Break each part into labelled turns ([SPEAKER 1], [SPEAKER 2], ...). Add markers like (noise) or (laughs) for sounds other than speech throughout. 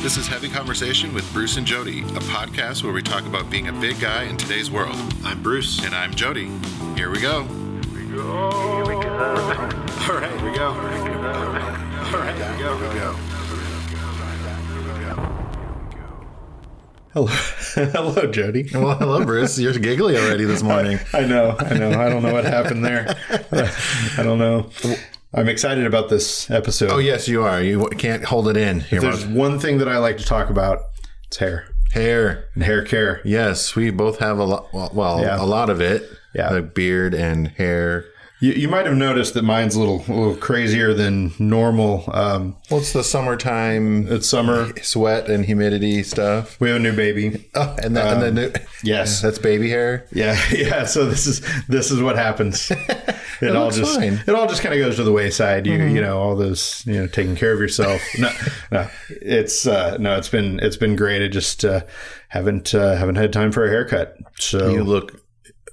[SPEAKER 1] This is Heavy Conversation with Bruce and Jody, a podcast where we talk about being a big guy in today's world.
[SPEAKER 2] I'm Bruce.
[SPEAKER 1] And I'm Jody. Here we go.
[SPEAKER 2] All right, here we go. All right, here we go. Here we go.
[SPEAKER 3] Hello, (laughs) hello, Jody.
[SPEAKER 2] Well, hello, Bruce. You're giggly already this morning.
[SPEAKER 3] (laughs) I know, I know. I don't know what happened
[SPEAKER 2] (laughs)
[SPEAKER 3] there. I don't know. I'm excited about this episode.
[SPEAKER 2] Oh, yes, you are. You can't hold it in. Here,
[SPEAKER 3] There's
[SPEAKER 2] Mark.
[SPEAKER 3] one thing that I like to talk about. It's hair
[SPEAKER 2] hair.
[SPEAKER 3] and hair care.
[SPEAKER 2] Yes, we both have a lot. Well, well,
[SPEAKER 3] Yeah.
[SPEAKER 2] a lot of it.
[SPEAKER 3] Yeah.
[SPEAKER 2] the beard and hair.
[SPEAKER 3] You, you might have noticed that mine's a little, a little crazier than normal. Um,
[SPEAKER 2] Well, it's the summertime
[SPEAKER 3] it's summer.
[SPEAKER 2] sweat and humidity stuff.
[SPEAKER 3] We have a new baby.
[SPEAKER 2] Oh, and the, and the new,
[SPEAKER 3] Um, yes.
[SPEAKER 2] (laughs) that's baby hair.
[SPEAKER 3] Yeah, (laughs) yeah. So this is this is what
[SPEAKER 2] (laughs)
[SPEAKER 3] happens. It, all
[SPEAKER 2] looks
[SPEAKER 3] just
[SPEAKER 2] fine. Mm-hmm.
[SPEAKER 3] it all just kind of goes to the wayside. You you know all those you know taking care of
[SPEAKER 2] (laughs)
[SPEAKER 3] yourself. No, no, it's uh, no, it's been it's been great. I just uh, haven't uh, haven't had time for a haircut. So
[SPEAKER 2] You look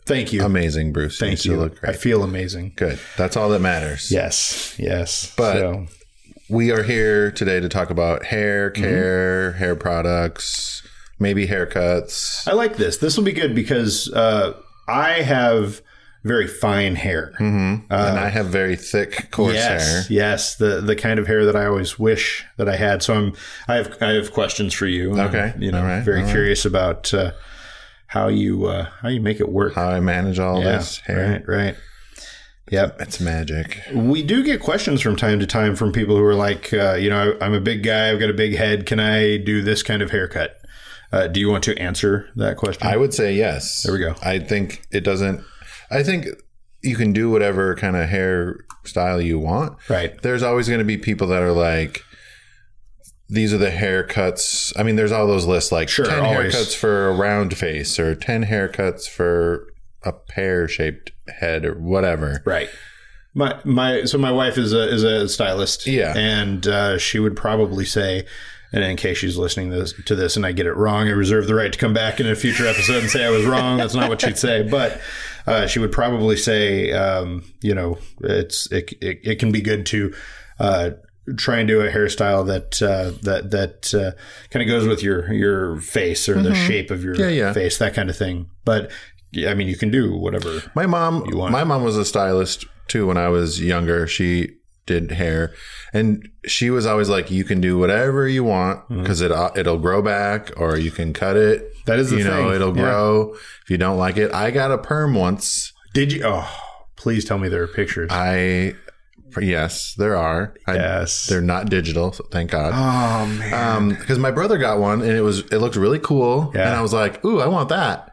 [SPEAKER 3] thank you,
[SPEAKER 2] amazing, Bruce.
[SPEAKER 3] thank
[SPEAKER 2] you.
[SPEAKER 3] you.
[SPEAKER 2] still look
[SPEAKER 3] I
[SPEAKER 2] great.
[SPEAKER 3] feel amazing.
[SPEAKER 2] Good. That's all that matters.
[SPEAKER 3] Yes, yes.
[SPEAKER 2] But-
[SPEAKER 3] so,
[SPEAKER 2] we are here today to talk about hair
[SPEAKER 3] Mm-hmm.
[SPEAKER 2] care, hair products, maybe haircuts.
[SPEAKER 3] I like this. This will be good because uh, I have very fine hair.
[SPEAKER 2] and I have very thick, coarse
[SPEAKER 3] Uh, yes,
[SPEAKER 2] hair.
[SPEAKER 3] Yes, the the kind of hair that I always wish that I had. So I'm I have I have questions for you. and
[SPEAKER 2] Okay.
[SPEAKER 3] I'm, you know,
[SPEAKER 2] All right.
[SPEAKER 3] very
[SPEAKER 2] All right.
[SPEAKER 3] curious about uh, how you uh, how you make it work.
[SPEAKER 2] How I manage all
[SPEAKER 3] yeah,
[SPEAKER 2] this hair.
[SPEAKER 3] right, right. Yep.
[SPEAKER 2] It's magic.
[SPEAKER 3] We do get questions from time to time from people who are like, uh, you know, I, I'm a big guy. I've got a big head. Can I do this kind of haircut? Uh, do you want to answer that question?
[SPEAKER 2] I would say yes. There
[SPEAKER 3] we go.
[SPEAKER 2] I think it doesn't, I think you can do whatever kind of hair style you want.
[SPEAKER 3] right.
[SPEAKER 2] There's always going to be people that are like, these are the haircuts. I mean, there's all those lists like
[SPEAKER 3] Sure,
[SPEAKER 2] 10
[SPEAKER 3] always.
[SPEAKER 2] haircuts for a round face or 10 haircuts for a pear shaped head or whatever.
[SPEAKER 3] Right. My my so my wife is a is a stylist.
[SPEAKER 2] Yeah.
[SPEAKER 3] and uh, she would probably say. And in case she's listening to this, to this and I get it wrong, I reserve the right to come back in a future episode and say I was wrong. That's not what she'd say, but uh, she would probably say, um, you know, it's it, it, it can be good to uh, try and do a hairstyle that uh, that that uh, kind of goes with your your face or the shape of your
[SPEAKER 2] yeah.
[SPEAKER 3] face, that kind of thing. But yeah, I mean, you can do whatever.
[SPEAKER 2] My mom,
[SPEAKER 3] want-
[SPEAKER 2] my mom was a stylist too when I was younger. She did hair, and she was always like, "You can do whatever you want
[SPEAKER 3] Mm-hmm.
[SPEAKER 2] because it uh, it'll grow back, or you can cut it.
[SPEAKER 3] That is the
[SPEAKER 2] you know,
[SPEAKER 3] thing.
[SPEAKER 2] it'll
[SPEAKER 3] Yeah.
[SPEAKER 2] grow if you don't like it." I got a perm once.
[SPEAKER 3] Did you? Oh, please tell me there are pictures.
[SPEAKER 2] I yes, there are. I-
[SPEAKER 3] yes.
[SPEAKER 2] they're not digital, so thank God.
[SPEAKER 3] oh man.
[SPEAKER 2] because my brother got one and it was it looked really cool
[SPEAKER 3] Yeah.
[SPEAKER 2] and i was like ooh i want that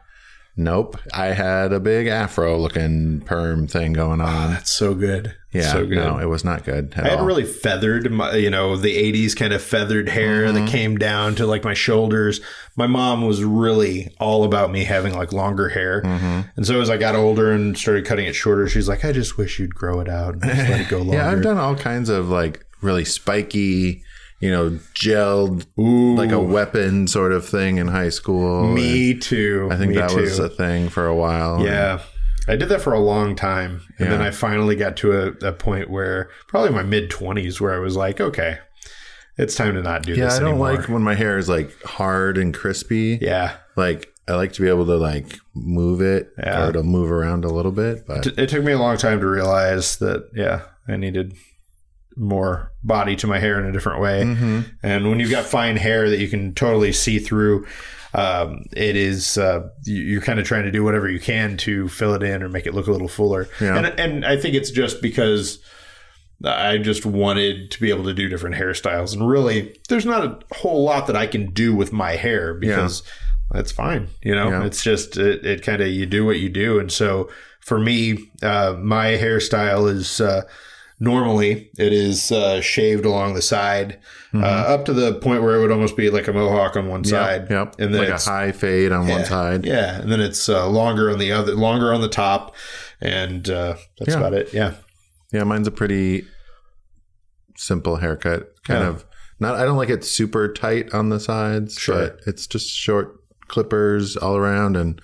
[SPEAKER 2] nope i had a big afro looking perm thing going on
[SPEAKER 3] That's so good.
[SPEAKER 2] yeah
[SPEAKER 3] so good.
[SPEAKER 2] no it oh. was not good at
[SPEAKER 3] I had
[SPEAKER 2] all.
[SPEAKER 3] really feathered, my, you know, the '80s kind of feathered hair
[SPEAKER 2] Mm-hmm.
[SPEAKER 3] that came down to like my shoulders. My mom was really all about me having like longer hair,
[SPEAKER 2] Mm-hmm.
[SPEAKER 3] and so as I got older and started cutting it shorter, she's like, "I just wish you'd grow it out and just let it go longer."
[SPEAKER 2] (laughs) yeah i've done all kinds of like really spiky you know gelled like a weapon sort of thing in high school
[SPEAKER 3] me too.
[SPEAKER 2] i think
[SPEAKER 3] me
[SPEAKER 2] that
[SPEAKER 3] too.
[SPEAKER 2] was a thing for a while
[SPEAKER 3] Yeah. I did that for a long time. And then
[SPEAKER 2] Yeah.
[SPEAKER 3] I finally got to a, a point where probably my mid 20s where I was like, okay, it's time to not do
[SPEAKER 2] yeah
[SPEAKER 3] this
[SPEAKER 2] i don't
[SPEAKER 3] anymore.
[SPEAKER 2] like when my hair is like hard and crispy
[SPEAKER 3] yeah.
[SPEAKER 2] like i like to be able to like move it
[SPEAKER 3] Yeah.
[SPEAKER 2] or to move around a little bit but
[SPEAKER 3] T- It took me a long time to realize that, yeah, I needed more body to my hair in a different way.
[SPEAKER 2] Mm-hmm.
[SPEAKER 3] And when you've got fine hair that you can totally see through, um, it is uh, you- you're kind of trying to do whatever you can to fill it in or make it look a little fuller.
[SPEAKER 2] Yeah.
[SPEAKER 3] And and I think it's just because I just wanted to be able to do different hairstyles. And really, there's not a whole lot that I can do with my hair because that's fine. You know,
[SPEAKER 2] Yeah.
[SPEAKER 3] it's just, it, it kind of, you do what you do. And so for me, uh, my hairstyle is, uh, normally it is uh, shaved along the side uh, up to the point where it would almost be like a mohawk on one side
[SPEAKER 2] Mm-hmm. Yep. yep.
[SPEAKER 3] and then
[SPEAKER 2] like
[SPEAKER 3] it's
[SPEAKER 2] a high fade on one
[SPEAKER 3] yeah,
[SPEAKER 2] side.
[SPEAKER 3] yeah and then it's uh, longer on the other longer on the top and uh, that's
[SPEAKER 2] Yeah.
[SPEAKER 3] about it yeah
[SPEAKER 2] Yeah, mine's a pretty simple haircut. Kind
[SPEAKER 3] Yeah.
[SPEAKER 2] of not I don't like it super tight on the sides,
[SPEAKER 3] Sure.
[SPEAKER 2] but it's just short clippers all around and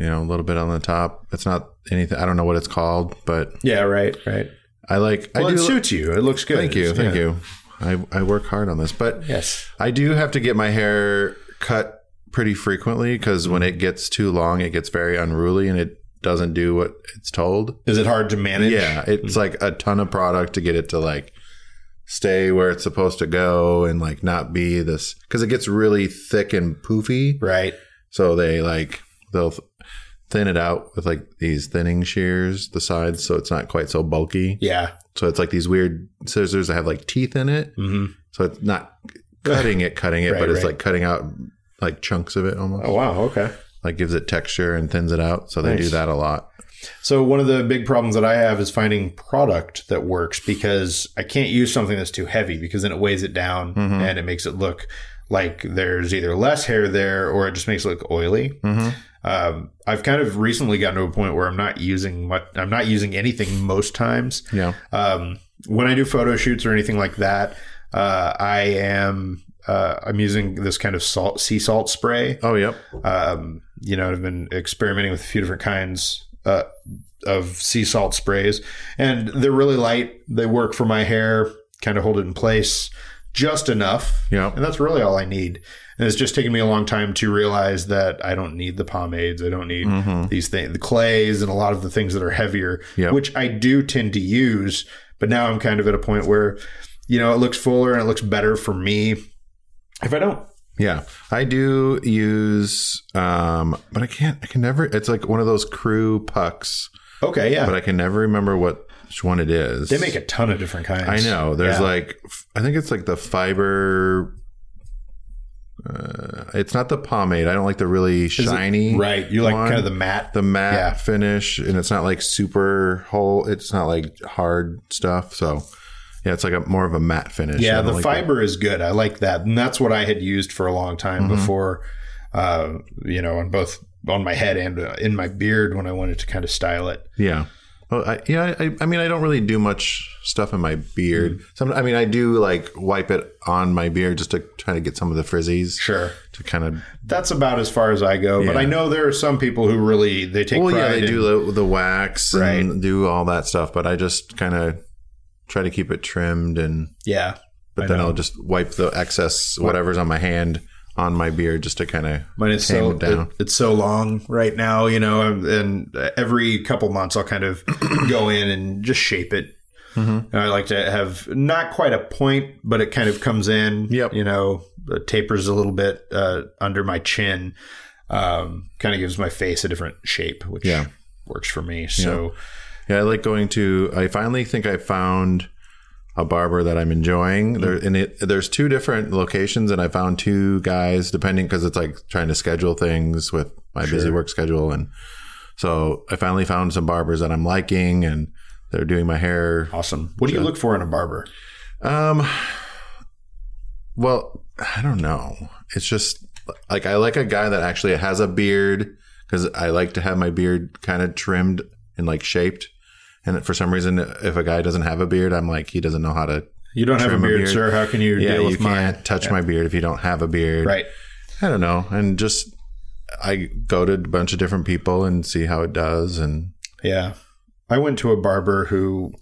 [SPEAKER 2] you know, a little bit on the top. It's not anything I don't know what it's called, but
[SPEAKER 3] yeah right right
[SPEAKER 2] I like
[SPEAKER 3] well,
[SPEAKER 2] I
[SPEAKER 3] it
[SPEAKER 2] do
[SPEAKER 3] suits you. It looks good.
[SPEAKER 2] Thank you. Thank
[SPEAKER 3] Yeah.
[SPEAKER 2] you. I, I work hard on this, but
[SPEAKER 3] Yes.
[SPEAKER 2] I do have to get my hair cut pretty frequently because when it gets too long, it gets very unruly and it doesn't do what it's told.
[SPEAKER 3] Is it hard to manage?
[SPEAKER 2] Yeah, it's like a ton of product to get it to like stay where it's supposed to go and like not be this because it gets really thick and poofy.
[SPEAKER 3] Right.
[SPEAKER 2] So they like they'll th- thin it out with like these thinning shears the sides so it's not quite so bulky.
[SPEAKER 3] Yeah.
[SPEAKER 2] So it's like these weird scissors that have like teeth in it.
[SPEAKER 3] Mm-hmm.
[SPEAKER 2] So it's not cutting it, cutting it,
[SPEAKER 3] (laughs) Right,
[SPEAKER 2] but it's
[SPEAKER 3] right.
[SPEAKER 2] like cutting out like chunks of it almost.
[SPEAKER 3] Oh wow. Okay.
[SPEAKER 2] Like gives it texture and thins it out. So they do
[SPEAKER 3] Nice.
[SPEAKER 2] that a lot.
[SPEAKER 3] So one of the big problems that I have is finding product that works because I can't use something that's too heavy because then it weighs it down and it makes it look like there's either less hair there or it just makes it look oily. Um, I've kind of recently gotten to a point where I'm not using much. I'm not using anything most times.
[SPEAKER 2] Yeah.
[SPEAKER 3] Um, when I do photo shoots or anything like that, uh, I am uh, I'm using this kind of salt sea salt spray
[SPEAKER 2] Oh, yep.
[SPEAKER 3] um, you know, I've been experimenting with a few different kinds uh, of sea salt sprays, and they're really light. They work for my hair, kind of hold it in place just enough.
[SPEAKER 2] Yeah.
[SPEAKER 3] And that's really all I need. And it's just taken me a long time to realize that I don't need the pomades. I don't need these things, the clays, and a lot of the things that are heavier,
[SPEAKER 2] Mm-hmm. Yeah.
[SPEAKER 3] which I do tend to use. But now I'm kind of at a point where, you know, it looks fuller and it looks better for me. If I don't,
[SPEAKER 2] Yeah. I do use, um, but I can't, I can never, it's like one of those crew pucks,
[SPEAKER 3] okay, yeah.
[SPEAKER 2] but I can never remember what which one it is.
[SPEAKER 3] They make a ton of different kinds.
[SPEAKER 2] I know. There's
[SPEAKER 3] Yeah.
[SPEAKER 2] like, f- I think it's like the fiber. Uh, it's not the pomade. I don't like the really shiny.
[SPEAKER 3] right. You like
[SPEAKER 2] one.
[SPEAKER 3] kind of the matte.
[SPEAKER 2] the matte
[SPEAKER 3] Yeah.
[SPEAKER 2] finish and it's not like super whole it's not like hard stuff so yeah it's like a more of a matte finish I
[SPEAKER 3] yeah,
[SPEAKER 2] don't
[SPEAKER 3] the
[SPEAKER 2] like
[SPEAKER 3] fiber is good. I like that, and that's what I had used for a long time
[SPEAKER 2] Mm-hmm.
[SPEAKER 3] before. Uh, you know, on both on my head and uh, in my beard when I wanted to kind of style it.
[SPEAKER 2] the- yeah well, I, yeah I, I mean i don't really do much stuff in my beard some i mean i do like wipe it on my beard just to try to get some of the frizzies
[SPEAKER 3] Sure,
[SPEAKER 2] to kind of
[SPEAKER 3] that's about as far as I go. But I know there are some people who really they take.
[SPEAKER 2] well yeah
[SPEAKER 3] pride
[SPEAKER 2] they
[SPEAKER 3] in-
[SPEAKER 2] do the, the wax
[SPEAKER 3] Right.
[SPEAKER 2] and do all that stuff but i just kind of try to keep it trimmed and
[SPEAKER 3] Yeah,
[SPEAKER 2] but
[SPEAKER 3] I
[SPEAKER 2] then
[SPEAKER 3] know.
[SPEAKER 2] i'll just wipe the excess whatever's on my hand on my beard just to kind of
[SPEAKER 3] But it's
[SPEAKER 2] tame
[SPEAKER 3] so
[SPEAKER 2] it down.
[SPEAKER 3] it- it's so long right now, you know, and, and every couple months I'll kind
[SPEAKER 2] (clears throat)
[SPEAKER 3] of go in and just shape it.
[SPEAKER 2] Mm-hmm.
[SPEAKER 3] And I like to have not quite a point, but it kind of comes in.
[SPEAKER 2] Yep.
[SPEAKER 3] You know, it tapers a little bit uh, under my chin. Um, kind of gives my face a different shape, which
[SPEAKER 2] Yeah.
[SPEAKER 3] works for me. So
[SPEAKER 2] Yeah, I like going to. I finally think I found a barber that I'm enjoying. There, and it, there's two different locations, and I found two guys depending because it's like trying to schedule things with my busy work schedule, and so I finally found some barbers that I'm liking, and they're doing my hair.
[SPEAKER 3] awesome. What do you look for in a barber?
[SPEAKER 2] Um, well, I don't know. It's just like I like a guy that actually has a beard because I like to have my beard kind of trimmed and like shaped. And for some reason, if a guy doesn't have a beard, I'm like he doesn't know how to.
[SPEAKER 3] You don't have a
[SPEAKER 2] Trim a
[SPEAKER 3] beard,
[SPEAKER 2] beard.
[SPEAKER 3] sir. How can you
[SPEAKER 2] Yeah,
[SPEAKER 3] deal
[SPEAKER 2] you
[SPEAKER 3] with mine?
[SPEAKER 2] can't touch my beard if you don't have a beard.
[SPEAKER 3] Right.
[SPEAKER 2] I don't know, and just I go to a bunch of different people and see how it does, and
[SPEAKER 3] Yeah. I went to a barber who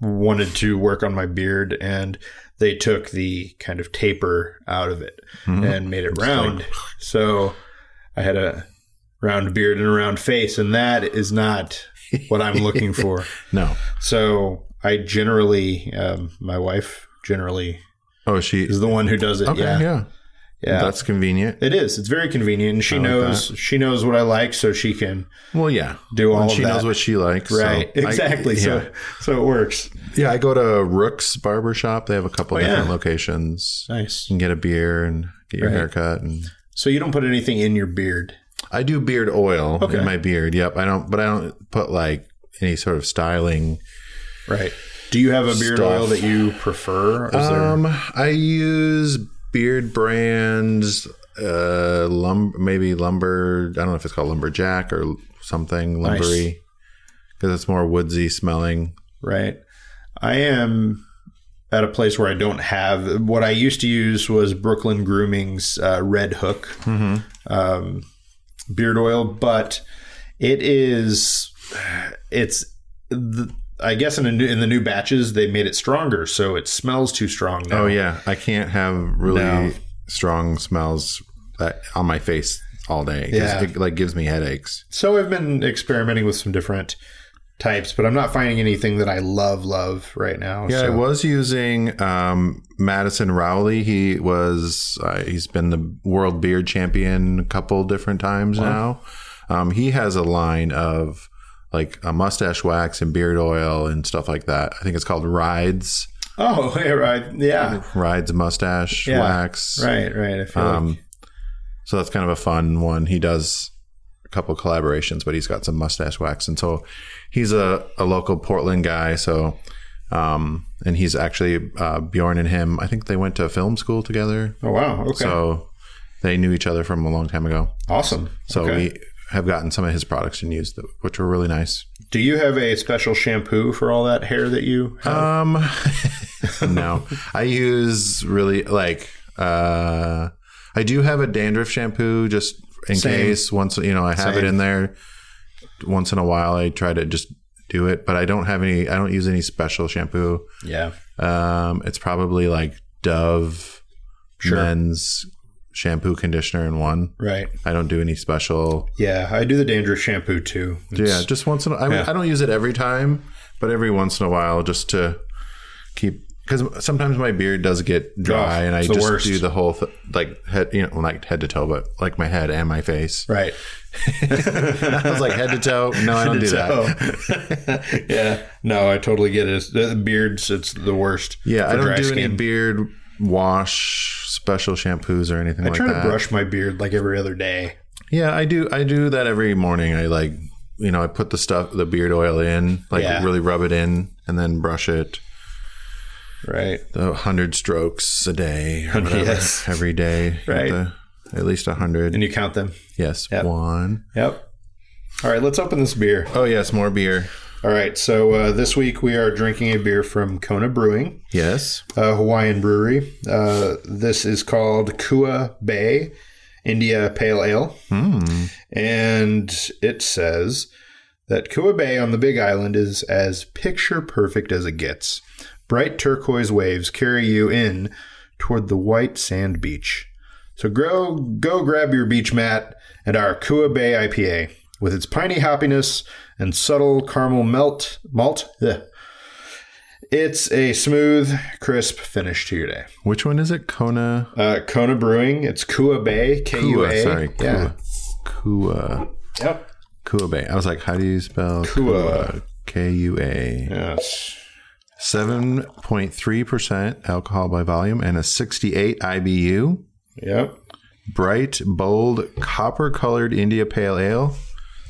[SPEAKER 3] wanted to work on my beard and they took the kind of taper out of it
[SPEAKER 2] Mm-hmm.
[SPEAKER 3] and made it round. so I had a round beard and a round face and that is not what I'm
[SPEAKER 2] (laughs)
[SPEAKER 3] looking for.
[SPEAKER 2] no.
[SPEAKER 3] So I generally um, my wife generally
[SPEAKER 2] Oh, she.
[SPEAKER 3] is the one who does it.
[SPEAKER 2] Okay,
[SPEAKER 3] yeah.
[SPEAKER 2] yeah.
[SPEAKER 3] yeah.
[SPEAKER 2] that's convenient.
[SPEAKER 3] it is. It's very convenient and she knows she knows what I like so she can
[SPEAKER 2] Well, yeah.
[SPEAKER 3] do all
[SPEAKER 2] And
[SPEAKER 3] of
[SPEAKER 2] she
[SPEAKER 3] that.
[SPEAKER 2] knows what she likes, so
[SPEAKER 3] right.
[SPEAKER 2] I-
[SPEAKER 3] exactly.
[SPEAKER 2] yeah.
[SPEAKER 3] So so it works.
[SPEAKER 2] Yeah, I go to Rook's Barber Shop. They have a couple
[SPEAKER 3] Oh, yeah.
[SPEAKER 2] different locations. You
[SPEAKER 3] Nice.
[SPEAKER 2] can get a beer and get your
[SPEAKER 3] Right.
[SPEAKER 2] haircut. And
[SPEAKER 3] So you don't put anything in your beard.
[SPEAKER 2] I do beard oil
[SPEAKER 3] Okay.
[SPEAKER 2] in my beard. Yep, I don't, but I don't put like any sort of styling.
[SPEAKER 3] Right. Do you have a beard
[SPEAKER 2] Stuff.
[SPEAKER 3] oil that you prefer? Is there-
[SPEAKER 2] Um, I use beard brands, uh, lum maybe lumber. I don't know if it's called lumberjack or something lumbery, because it's more woodsy smelling.
[SPEAKER 3] right. I am at a place where I don't have what I used to use was Brooklyn Grooming's uh, Red Hook
[SPEAKER 2] Mm-hmm.
[SPEAKER 3] um, beard oil, but it is it's the, I guess in a new, in the new batches they made it stronger, so it smells too strong now.
[SPEAKER 2] Oh yeah, I can't have really
[SPEAKER 3] No.
[SPEAKER 2] strong smells that, on my face all day. 'cause
[SPEAKER 3] Yeah.
[SPEAKER 2] it like gives me headaches.
[SPEAKER 3] So I've been experimenting with some different types, but I'm not finding anything that I love love right now.
[SPEAKER 2] Yeah,
[SPEAKER 3] so.
[SPEAKER 2] I was using um, Madison Rowley. He was uh, he's been the world beard champion a couple different times now. Um, he has a line of like a mustache wax and beard oil and stuff like that. I think it's called Rides
[SPEAKER 3] Oh, (laughs) yeah, right.
[SPEAKER 2] Oh.
[SPEAKER 3] Yeah.
[SPEAKER 2] Rides Mustache
[SPEAKER 3] Yeah,
[SPEAKER 2] Wax.
[SPEAKER 3] Right, right. I feel
[SPEAKER 2] Um,
[SPEAKER 3] like
[SPEAKER 2] so that's kind of a fun one. He does a couple collaborations, but he's got some mustache wax, and so he's a, a local Portland guy. So, um, and he's actually uh, Bjorn and him. I think they went to film school together,
[SPEAKER 3] Oh wow. Okay.
[SPEAKER 2] so they knew each other from a long time ago.
[SPEAKER 3] awesome.
[SPEAKER 2] So
[SPEAKER 3] Okay.
[SPEAKER 2] we have gotten some of his products and used, them, which were really nice.
[SPEAKER 3] Do you have a special shampoo for all that hair that you have?
[SPEAKER 2] Um, (laughs) no, I use really like uh, I do have a dandruff shampoo just in
[SPEAKER 3] Same.
[SPEAKER 2] case. Once you know, I have it
[SPEAKER 3] Same.
[SPEAKER 2] in there. Once in a while, I try to just do it, but I don't have any. I don't use any special shampoo.
[SPEAKER 3] yeah.
[SPEAKER 2] Um, it's probably like Dove
[SPEAKER 3] Sure.
[SPEAKER 2] men's shampoo conditioner in one.
[SPEAKER 3] Right.
[SPEAKER 2] I don't do any special.
[SPEAKER 3] Yeah, I do the dandruff shampoo too.
[SPEAKER 2] yeah, just once in. A, I mean,
[SPEAKER 3] yeah.
[SPEAKER 2] I don't use it every time, but every once in a while, just to keep. Because sometimes my beard does get dry,
[SPEAKER 3] Oh,
[SPEAKER 2] and I
[SPEAKER 3] it's the
[SPEAKER 2] just
[SPEAKER 3] worst.
[SPEAKER 2] do the whole th- like head, you know, well, not head to toe, but like my head and my face.
[SPEAKER 3] Right.
[SPEAKER 2] I was like head
[SPEAKER 3] (laughs)
[SPEAKER 2] to toe. No, I don't do that.
[SPEAKER 3] So- (laughs) yeah. No, I totally get it. It's- The beards, it's the worst.
[SPEAKER 2] Yeah, I
[SPEAKER 3] for
[SPEAKER 2] don't
[SPEAKER 3] dry
[SPEAKER 2] do any
[SPEAKER 3] skin.
[SPEAKER 2] beard wash special shampoos or anything
[SPEAKER 3] I
[SPEAKER 2] like
[SPEAKER 3] try
[SPEAKER 2] that.
[SPEAKER 3] to brush my beard like every other day.
[SPEAKER 2] Yeah, I do. I do that every morning. I like, you know, I put the stuff, the beard oil in, like
[SPEAKER 3] Yeah.
[SPEAKER 2] really rub it in, and then brush it.
[SPEAKER 3] Right.
[SPEAKER 2] the hundred strokes a day, or
[SPEAKER 3] (laughs)
[SPEAKER 2] whatever,
[SPEAKER 3] Yes.
[SPEAKER 2] every day, You
[SPEAKER 3] Right.
[SPEAKER 2] have to- at least a hundred.
[SPEAKER 3] And you count them.
[SPEAKER 2] Yes,
[SPEAKER 3] Yep.
[SPEAKER 2] one.
[SPEAKER 3] Yep. All right, let's open this beer.
[SPEAKER 2] Oh yes, more beer.
[SPEAKER 3] All right, so uh, this week we are drinking a beer from Kona Brewing,
[SPEAKER 2] Yes,
[SPEAKER 3] a Hawaiian brewery. Uh, this is called Kua Bay India Pale Ale. And it says that Kua Bay on the Big Island is as picture perfect as it gets. Bright turquoise waves carry you in toward the white sand beach. So go, go grab your beach mat and our Kua Bay IPA. With its piney hoppiness and subtle caramel melt, malt, ugh. it's a smooth, crisp finish to your day.
[SPEAKER 2] which one is it? Kona.
[SPEAKER 3] Uh, Kona Brewing, it's Kua Bay, K U
[SPEAKER 2] Kua,
[SPEAKER 3] A.
[SPEAKER 2] sorry,
[SPEAKER 3] yeah.
[SPEAKER 2] Kua, Kua,
[SPEAKER 3] Yep.
[SPEAKER 2] Kua Bay. I was like, how do you spell
[SPEAKER 3] Kua.
[SPEAKER 2] K U A.
[SPEAKER 3] Yes.
[SPEAKER 2] Seven point three percent alcohol by volume and a sixty-eight IBU.
[SPEAKER 3] Yep.
[SPEAKER 2] bright, bold, copper colored India Pale Ale,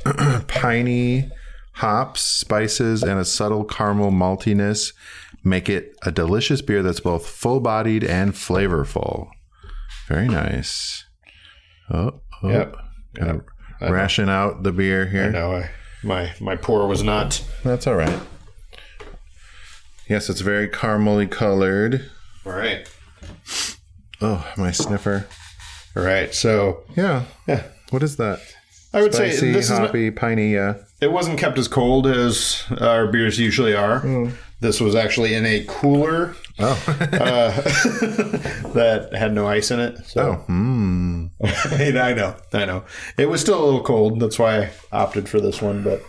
[SPEAKER 2] (clears throat) piney hops, spices, and a subtle caramel maltiness make it a delicious beer that's both full bodied and flavorful. Very nice. Oh, oh.
[SPEAKER 3] Yep.
[SPEAKER 2] Gotta ration out the beer here.
[SPEAKER 3] No, I, my my pour was not.
[SPEAKER 2] That's all right. Yes, it's very caramelly colored.
[SPEAKER 3] All right.
[SPEAKER 2] Oh, my sniffer.
[SPEAKER 3] All right. So
[SPEAKER 2] Yeah.
[SPEAKER 3] yeah,
[SPEAKER 2] What is that?
[SPEAKER 3] I would say
[SPEAKER 2] Spicy,
[SPEAKER 3] this is
[SPEAKER 2] hoppy, piney. uh, Yeah.
[SPEAKER 3] it wasn't kept as cold as our beers usually are. This was actually in a cooler uh, (laughs) that had no ice in it. So.
[SPEAKER 2] Oh, mmm.
[SPEAKER 3] (laughs) And I know, I know. It was still a little cold. That's why I opted for this one. But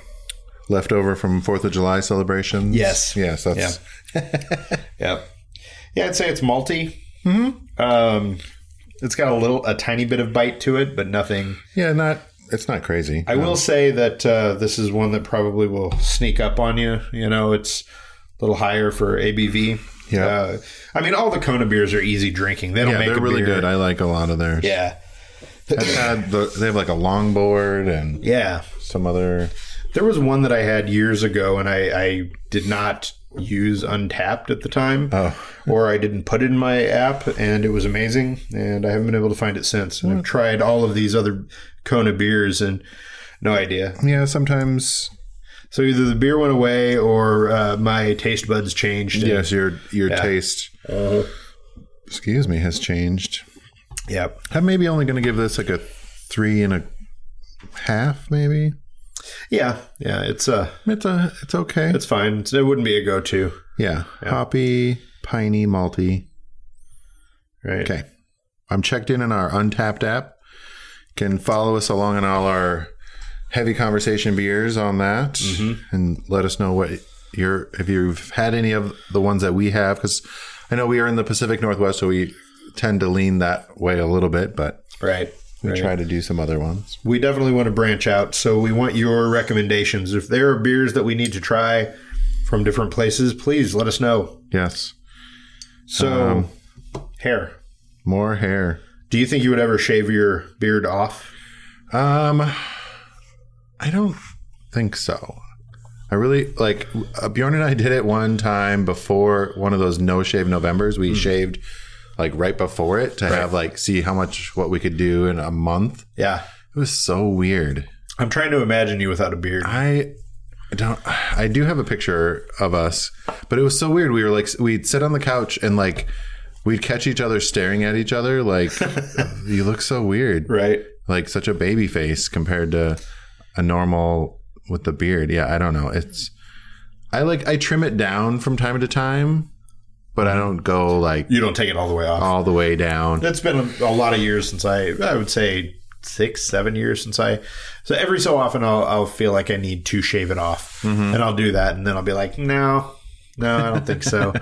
[SPEAKER 2] left over from Fourth of July celebrations.
[SPEAKER 3] Yes.
[SPEAKER 2] yes, that's
[SPEAKER 3] yeah, yeah, I'd say it's malty. Mm-hmm. Um, it's got a little, a tiny bit of bite to it, but nothing
[SPEAKER 2] yeah. Not it's not crazy.
[SPEAKER 3] I will say that uh, this is one that probably will sneak up on you. You know, it's a little higher for ABV.
[SPEAKER 2] Yeah.
[SPEAKER 3] Uh, I mean, all the Kona beers are easy drinking. They don't
[SPEAKER 2] yeah,
[SPEAKER 3] make
[SPEAKER 2] they're
[SPEAKER 3] a
[SPEAKER 2] really
[SPEAKER 3] beer.
[SPEAKER 2] good. I like a lot of theirs.
[SPEAKER 3] Yeah.
[SPEAKER 2] I've had the, they have like a longboard and
[SPEAKER 3] Yeah.
[SPEAKER 2] some other.
[SPEAKER 3] There was one that I had years ago, and I, I did not use Untapped at the time,
[SPEAKER 2] Oh.
[SPEAKER 3] or I didn't put it in my app, and it was amazing. And I haven't been able to find it since.
[SPEAKER 2] Hmm.
[SPEAKER 3] And I've tried all of these other Kona beers, and no idea.
[SPEAKER 2] Yeah, sometimes.
[SPEAKER 3] So either the beer went away, or uh, my taste buds changed. and-
[SPEAKER 2] Yes, your your taste.
[SPEAKER 3] Uh-huh.
[SPEAKER 2] excuse me, has changed.
[SPEAKER 3] Yep.
[SPEAKER 2] I'm maybe only going to give this like a three and a half, maybe.
[SPEAKER 3] Yeah, yeah, it's uh,
[SPEAKER 2] It's a, it's okay.
[SPEAKER 3] it's fine. It's, it wouldn't be a go-to,
[SPEAKER 2] yeah. hoppy, piney, malty.
[SPEAKER 3] right?
[SPEAKER 2] Okay, I'm checked in on our Untapped app. Can follow us along on all our heavy conversation beers on that, and let us know what your if you've had any of the ones that we have because I know we are in the Pacific Northwest, so we tend to lean that way a little bit, but
[SPEAKER 3] right.
[SPEAKER 2] we try to do some other ones.
[SPEAKER 3] we definitely want to branch out. So we want your recommendations. If there are beers that we need to try from different places, please let us know.
[SPEAKER 2] Yes.
[SPEAKER 3] So,
[SPEAKER 2] Um,
[SPEAKER 3] hair.
[SPEAKER 2] More hair.
[SPEAKER 3] Do you think you would ever shave your beard off?
[SPEAKER 2] Um, I don't think so. I really like uh, Bjorn and I did it one time before one of those no shave Novembers. We shaved like right before it to have like see how much what we could do in a month.
[SPEAKER 3] Yeah.
[SPEAKER 2] It was so weird.
[SPEAKER 3] I'm trying to imagine you without a beard.
[SPEAKER 2] I don't. I do have a picture of us, but it was so weird. We were like, we'd sit on the couch and like we'd catch each other staring at each other. Like, you look so weird.
[SPEAKER 3] Right.
[SPEAKER 2] like such a baby face compared to a normal with the beard. Yeah, I don't know. It's I like I trim it down from time to time, but I don't go like
[SPEAKER 3] You don't take it all the way off.
[SPEAKER 2] all the way down.
[SPEAKER 3] It's been a, a lot of years since I, I would say six, seven years since I. So every so often I'll, I'll feel like I need to shave it off.
[SPEAKER 2] Mm-hmm.
[SPEAKER 3] And I'll do that. And then I'll be like, no, no, I don't think
[SPEAKER 2] (laughs)
[SPEAKER 3] so.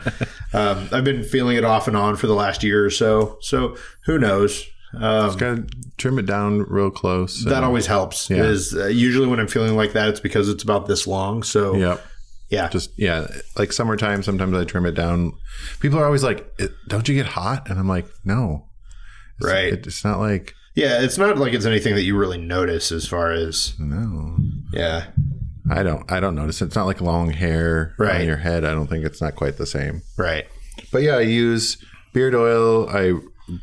[SPEAKER 3] um, I've been feeling it off and on for the last year or so. So who knows? Um,
[SPEAKER 2] Got to trim it down real close.
[SPEAKER 3] that always helps. Is uh, usually when I'm feeling like that, it's because it's about this long. So
[SPEAKER 2] yep.
[SPEAKER 3] yeah,
[SPEAKER 2] Just yeah, like summertime. Sometimes I trim it down. People are always like, "It- "Don't you get hot?" And I'm like, "No,
[SPEAKER 3] right.
[SPEAKER 2] it, it's not like
[SPEAKER 3] yeah, it's not like it's anything that you really notice as far as
[SPEAKER 2] Mm. no."
[SPEAKER 3] yeah.
[SPEAKER 2] I don't. I don't notice. It's not like long hair
[SPEAKER 3] Right.
[SPEAKER 2] on your head. I don't think it's not quite the same.
[SPEAKER 3] Right.
[SPEAKER 2] But yeah, I use beard oil. I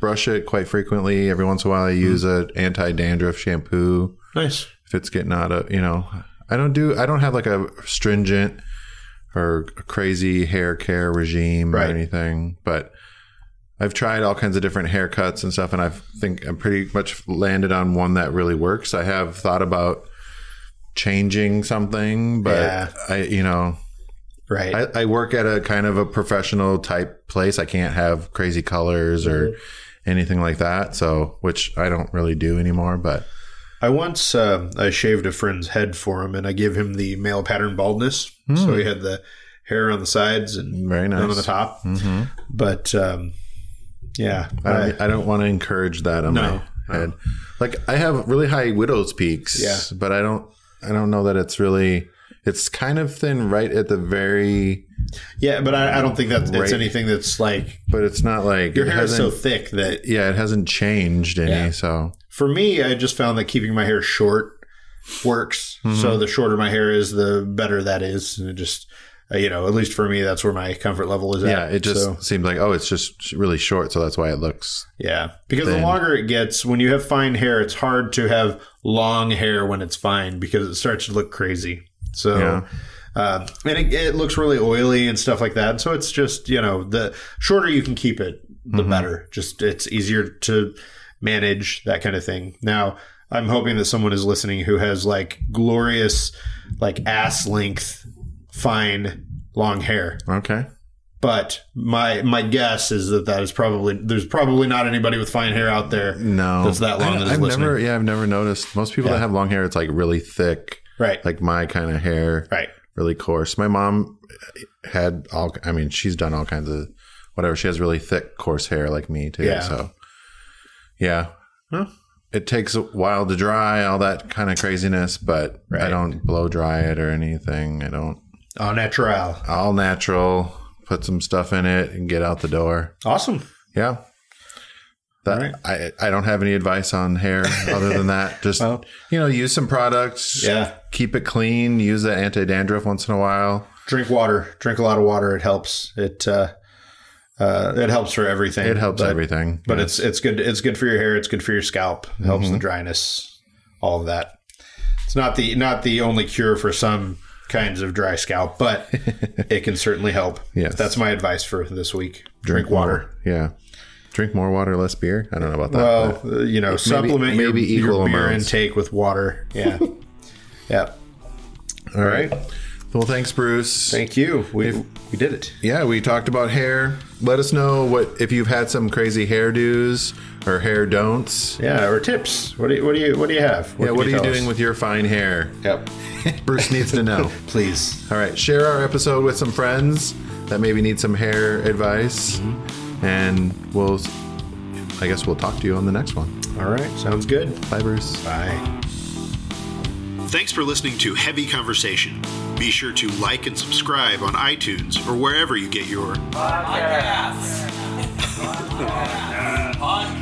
[SPEAKER 2] brush it quite frequently. Every once in a while, I
[SPEAKER 3] Hmm.
[SPEAKER 2] use a anti dandruff shampoo
[SPEAKER 3] Nice.
[SPEAKER 2] if it's getting out of you know. I don't do. I don't have like a stringent or crazy hair care regime
[SPEAKER 3] Right.
[SPEAKER 2] or anything. But I've tried all kinds of different haircuts and stuff, and I think I'm pretty much landed on one that really works. I have thought about changing something, but
[SPEAKER 3] Yeah.
[SPEAKER 2] I you know
[SPEAKER 3] Right.
[SPEAKER 2] I, I work at a kind of a professional type place. I can't have crazy colors or anything like that. So, which I don't really do anymore. But
[SPEAKER 3] I once uh, I shaved a friend's head for him, and I gave him the male pattern baldness, so he had the hair on the sides and
[SPEAKER 2] Hmm. very nice. Mm-hmm.
[SPEAKER 3] none on the top. But um, yeah,
[SPEAKER 2] I
[SPEAKER 3] I-
[SPEAKER 2] don't, I don't want to encourage that on
[SPEAKER 3] No,
[SPEAKER 2] my head. Like I have really high widow's peaks.
[SPEAKER 3] Yeah.
[SPEAKER 2] But I don't. I don't know that it's really. It's kind of thin right at the very,
[SPEAKER 3] yeah, but I, I don't think that's
[SPEAKER 2] Right.
[SPEAKER 3] it's anything that's like
[SPEAKER 2] but it's not like
[SPEAKER 3] your
[SPEAKER 2] it
[SPEAKER 3] hair is so
[SPEAKER 2] hasn't.
[SPEAKER 3] thick that
[SPEAKER 2] yeah, it hasn't changed any.
[SPEAKER 3] Yeah.
[SPEAKER 2] So
[SPEAKER 3] for me, I just found that keeping my hair short works.
[SPEAKER 2] Mm-hmm.
[SPEAKER 3] So the shorter my hair is, the better that is, and it just uh, you know, at least for me, that's where my comfort level is at.
[SPEAKER 2] yeah, it just
[SPEAKER 3] So-
[SPEAKER 2] seems like oh, it's just really short, so that's why it looks
[SPEAKER 3] Yeah, because the longer it gets, when you have fine hair, it's hard to have long hair when it's fine because it starts to look crazy. So,
[SPEAKER 2] Yeah.
[SPEAKER 3] uh, and it, it looks really oily and stuff like that. So it's just you know the shorter you can keep it, the better. Just it's easier to manage that kind of thing. Now I'm hoping that someone is listening who has like glorious, like ass length, fine long hair
[SPEAKER 2] okay.
[SPEAKER 3] but my my guess is that that is probably there's probably not anybody with fine hair out there
[SPEAKER 2] No,
[SPEAKER 3] that's that long
[SPEAKER 2] I,
[SPEAKER 3] that is
[SPEAKER 2] I've
[SPEAKER 3] listening.
[SPEAKER 2] never, yeah, I've never noticed. Most people that have long hair, it's like really thick,
[SPEAKER 3] right,
[SPEAKER 2] like my kind of hair,
[SPEAKER 3] right,
[SPEAKER 2] really coarse. My mom had all. I mean, she's done all kinds of whatever. She has really thick, coarse hair, like me too.
[SPEAKER 3] Yeah.
[SPEAKER 2] So, yeah, it takes a while to dry, all that kind of craziness. But I
[SPEAKER 3] Right.
[SPEAKER 2] don't blow dry it or anything. I don't
[SPEAKER 3] au natural.
[SPEAKER 2] all natural. Put some stuff in it and get out the door.
[SPEAKER 3] Awesome.
[SPEAKER 2] Yeah. That,
[SPEAKER 3] All right.
[SPEAKER 2] I, I don't have any advice on hair other than
[SPEAKER 3] (laughs)
[SPEAKER 2] that. Just,
[SPEAKER 3] Well-
[SPEAKER 2] you know, use some products.
[SPEAKER 3] Yeah,
[SPEAKER 2] Keep it clean. Use the anti dandruff once in a while.
[SPEAKER 3] drink water. Drink a lot of water. It helps. It uh, uh, it helps for everything.
[SPEAKER 2] It helps
[SPEAKER 3] but,
[SPEAKER 2] everything.
[SPEAKER 3] But it's it's good. It's good for your hair. It's good for your scalp. It helps the dryness. All of that. It's not the not the only cure for some kinds of dry scalp, (laughs) but it can certainly help.
[SPEAKER 2] Yes.
[SPEAKER 3] that's my advice for this week. Drink, water.
[SPEAKER 2] Yeah. Drink more water, less beer. I don't know about that.
[SPEAKER 3] Well, uh, you know, supplement your,
[SPEAKER 2] maybe
[SPEAKER 3] your
[SPEAKER 2] equal
[SPEAKER 3] beer
[SPEAKER 2] amounts.
[SPEAKER 3] (laughs) intake with water. Yeah. yeah.
[SPEAKER 2] All right. Well, thanks, Bruce.
[SPEAKER 3] Thank you. We, we did it.
[SPEAKER 2] yeah, we talked about hair. Let us know what if you've had some crazy hairdos or hair don'ts.
[SPEAKER 3] Yeah. Or tips. What do you, what do you, what do you have?
[SPEAKER 2] Yeah, what are you doing
[SPEAKER 3] with?
[SPEAKER 2] with your fine hair?
[SPEAKER 3] Yep.
[SPEAKER 2] Bruce needs to know.
[SPEAKER 3] Please.
[SPEAKER 2] All right, share our episode with some friends that maybe need some hair advice, and we'll. I guess we'll talk to you on the next one.
[SPEAKER 3] All right. Sounds good.
[SPEAKER 2] Bye, Bruce.
[SPEAKER 3] Bye.
[SPEAKER 1] Thanks for listening to Heavy Conversation. Be sure to like and subscribe on iTunes or wherever you get your
[SPEAKER 4] Podcasts. Podcasts.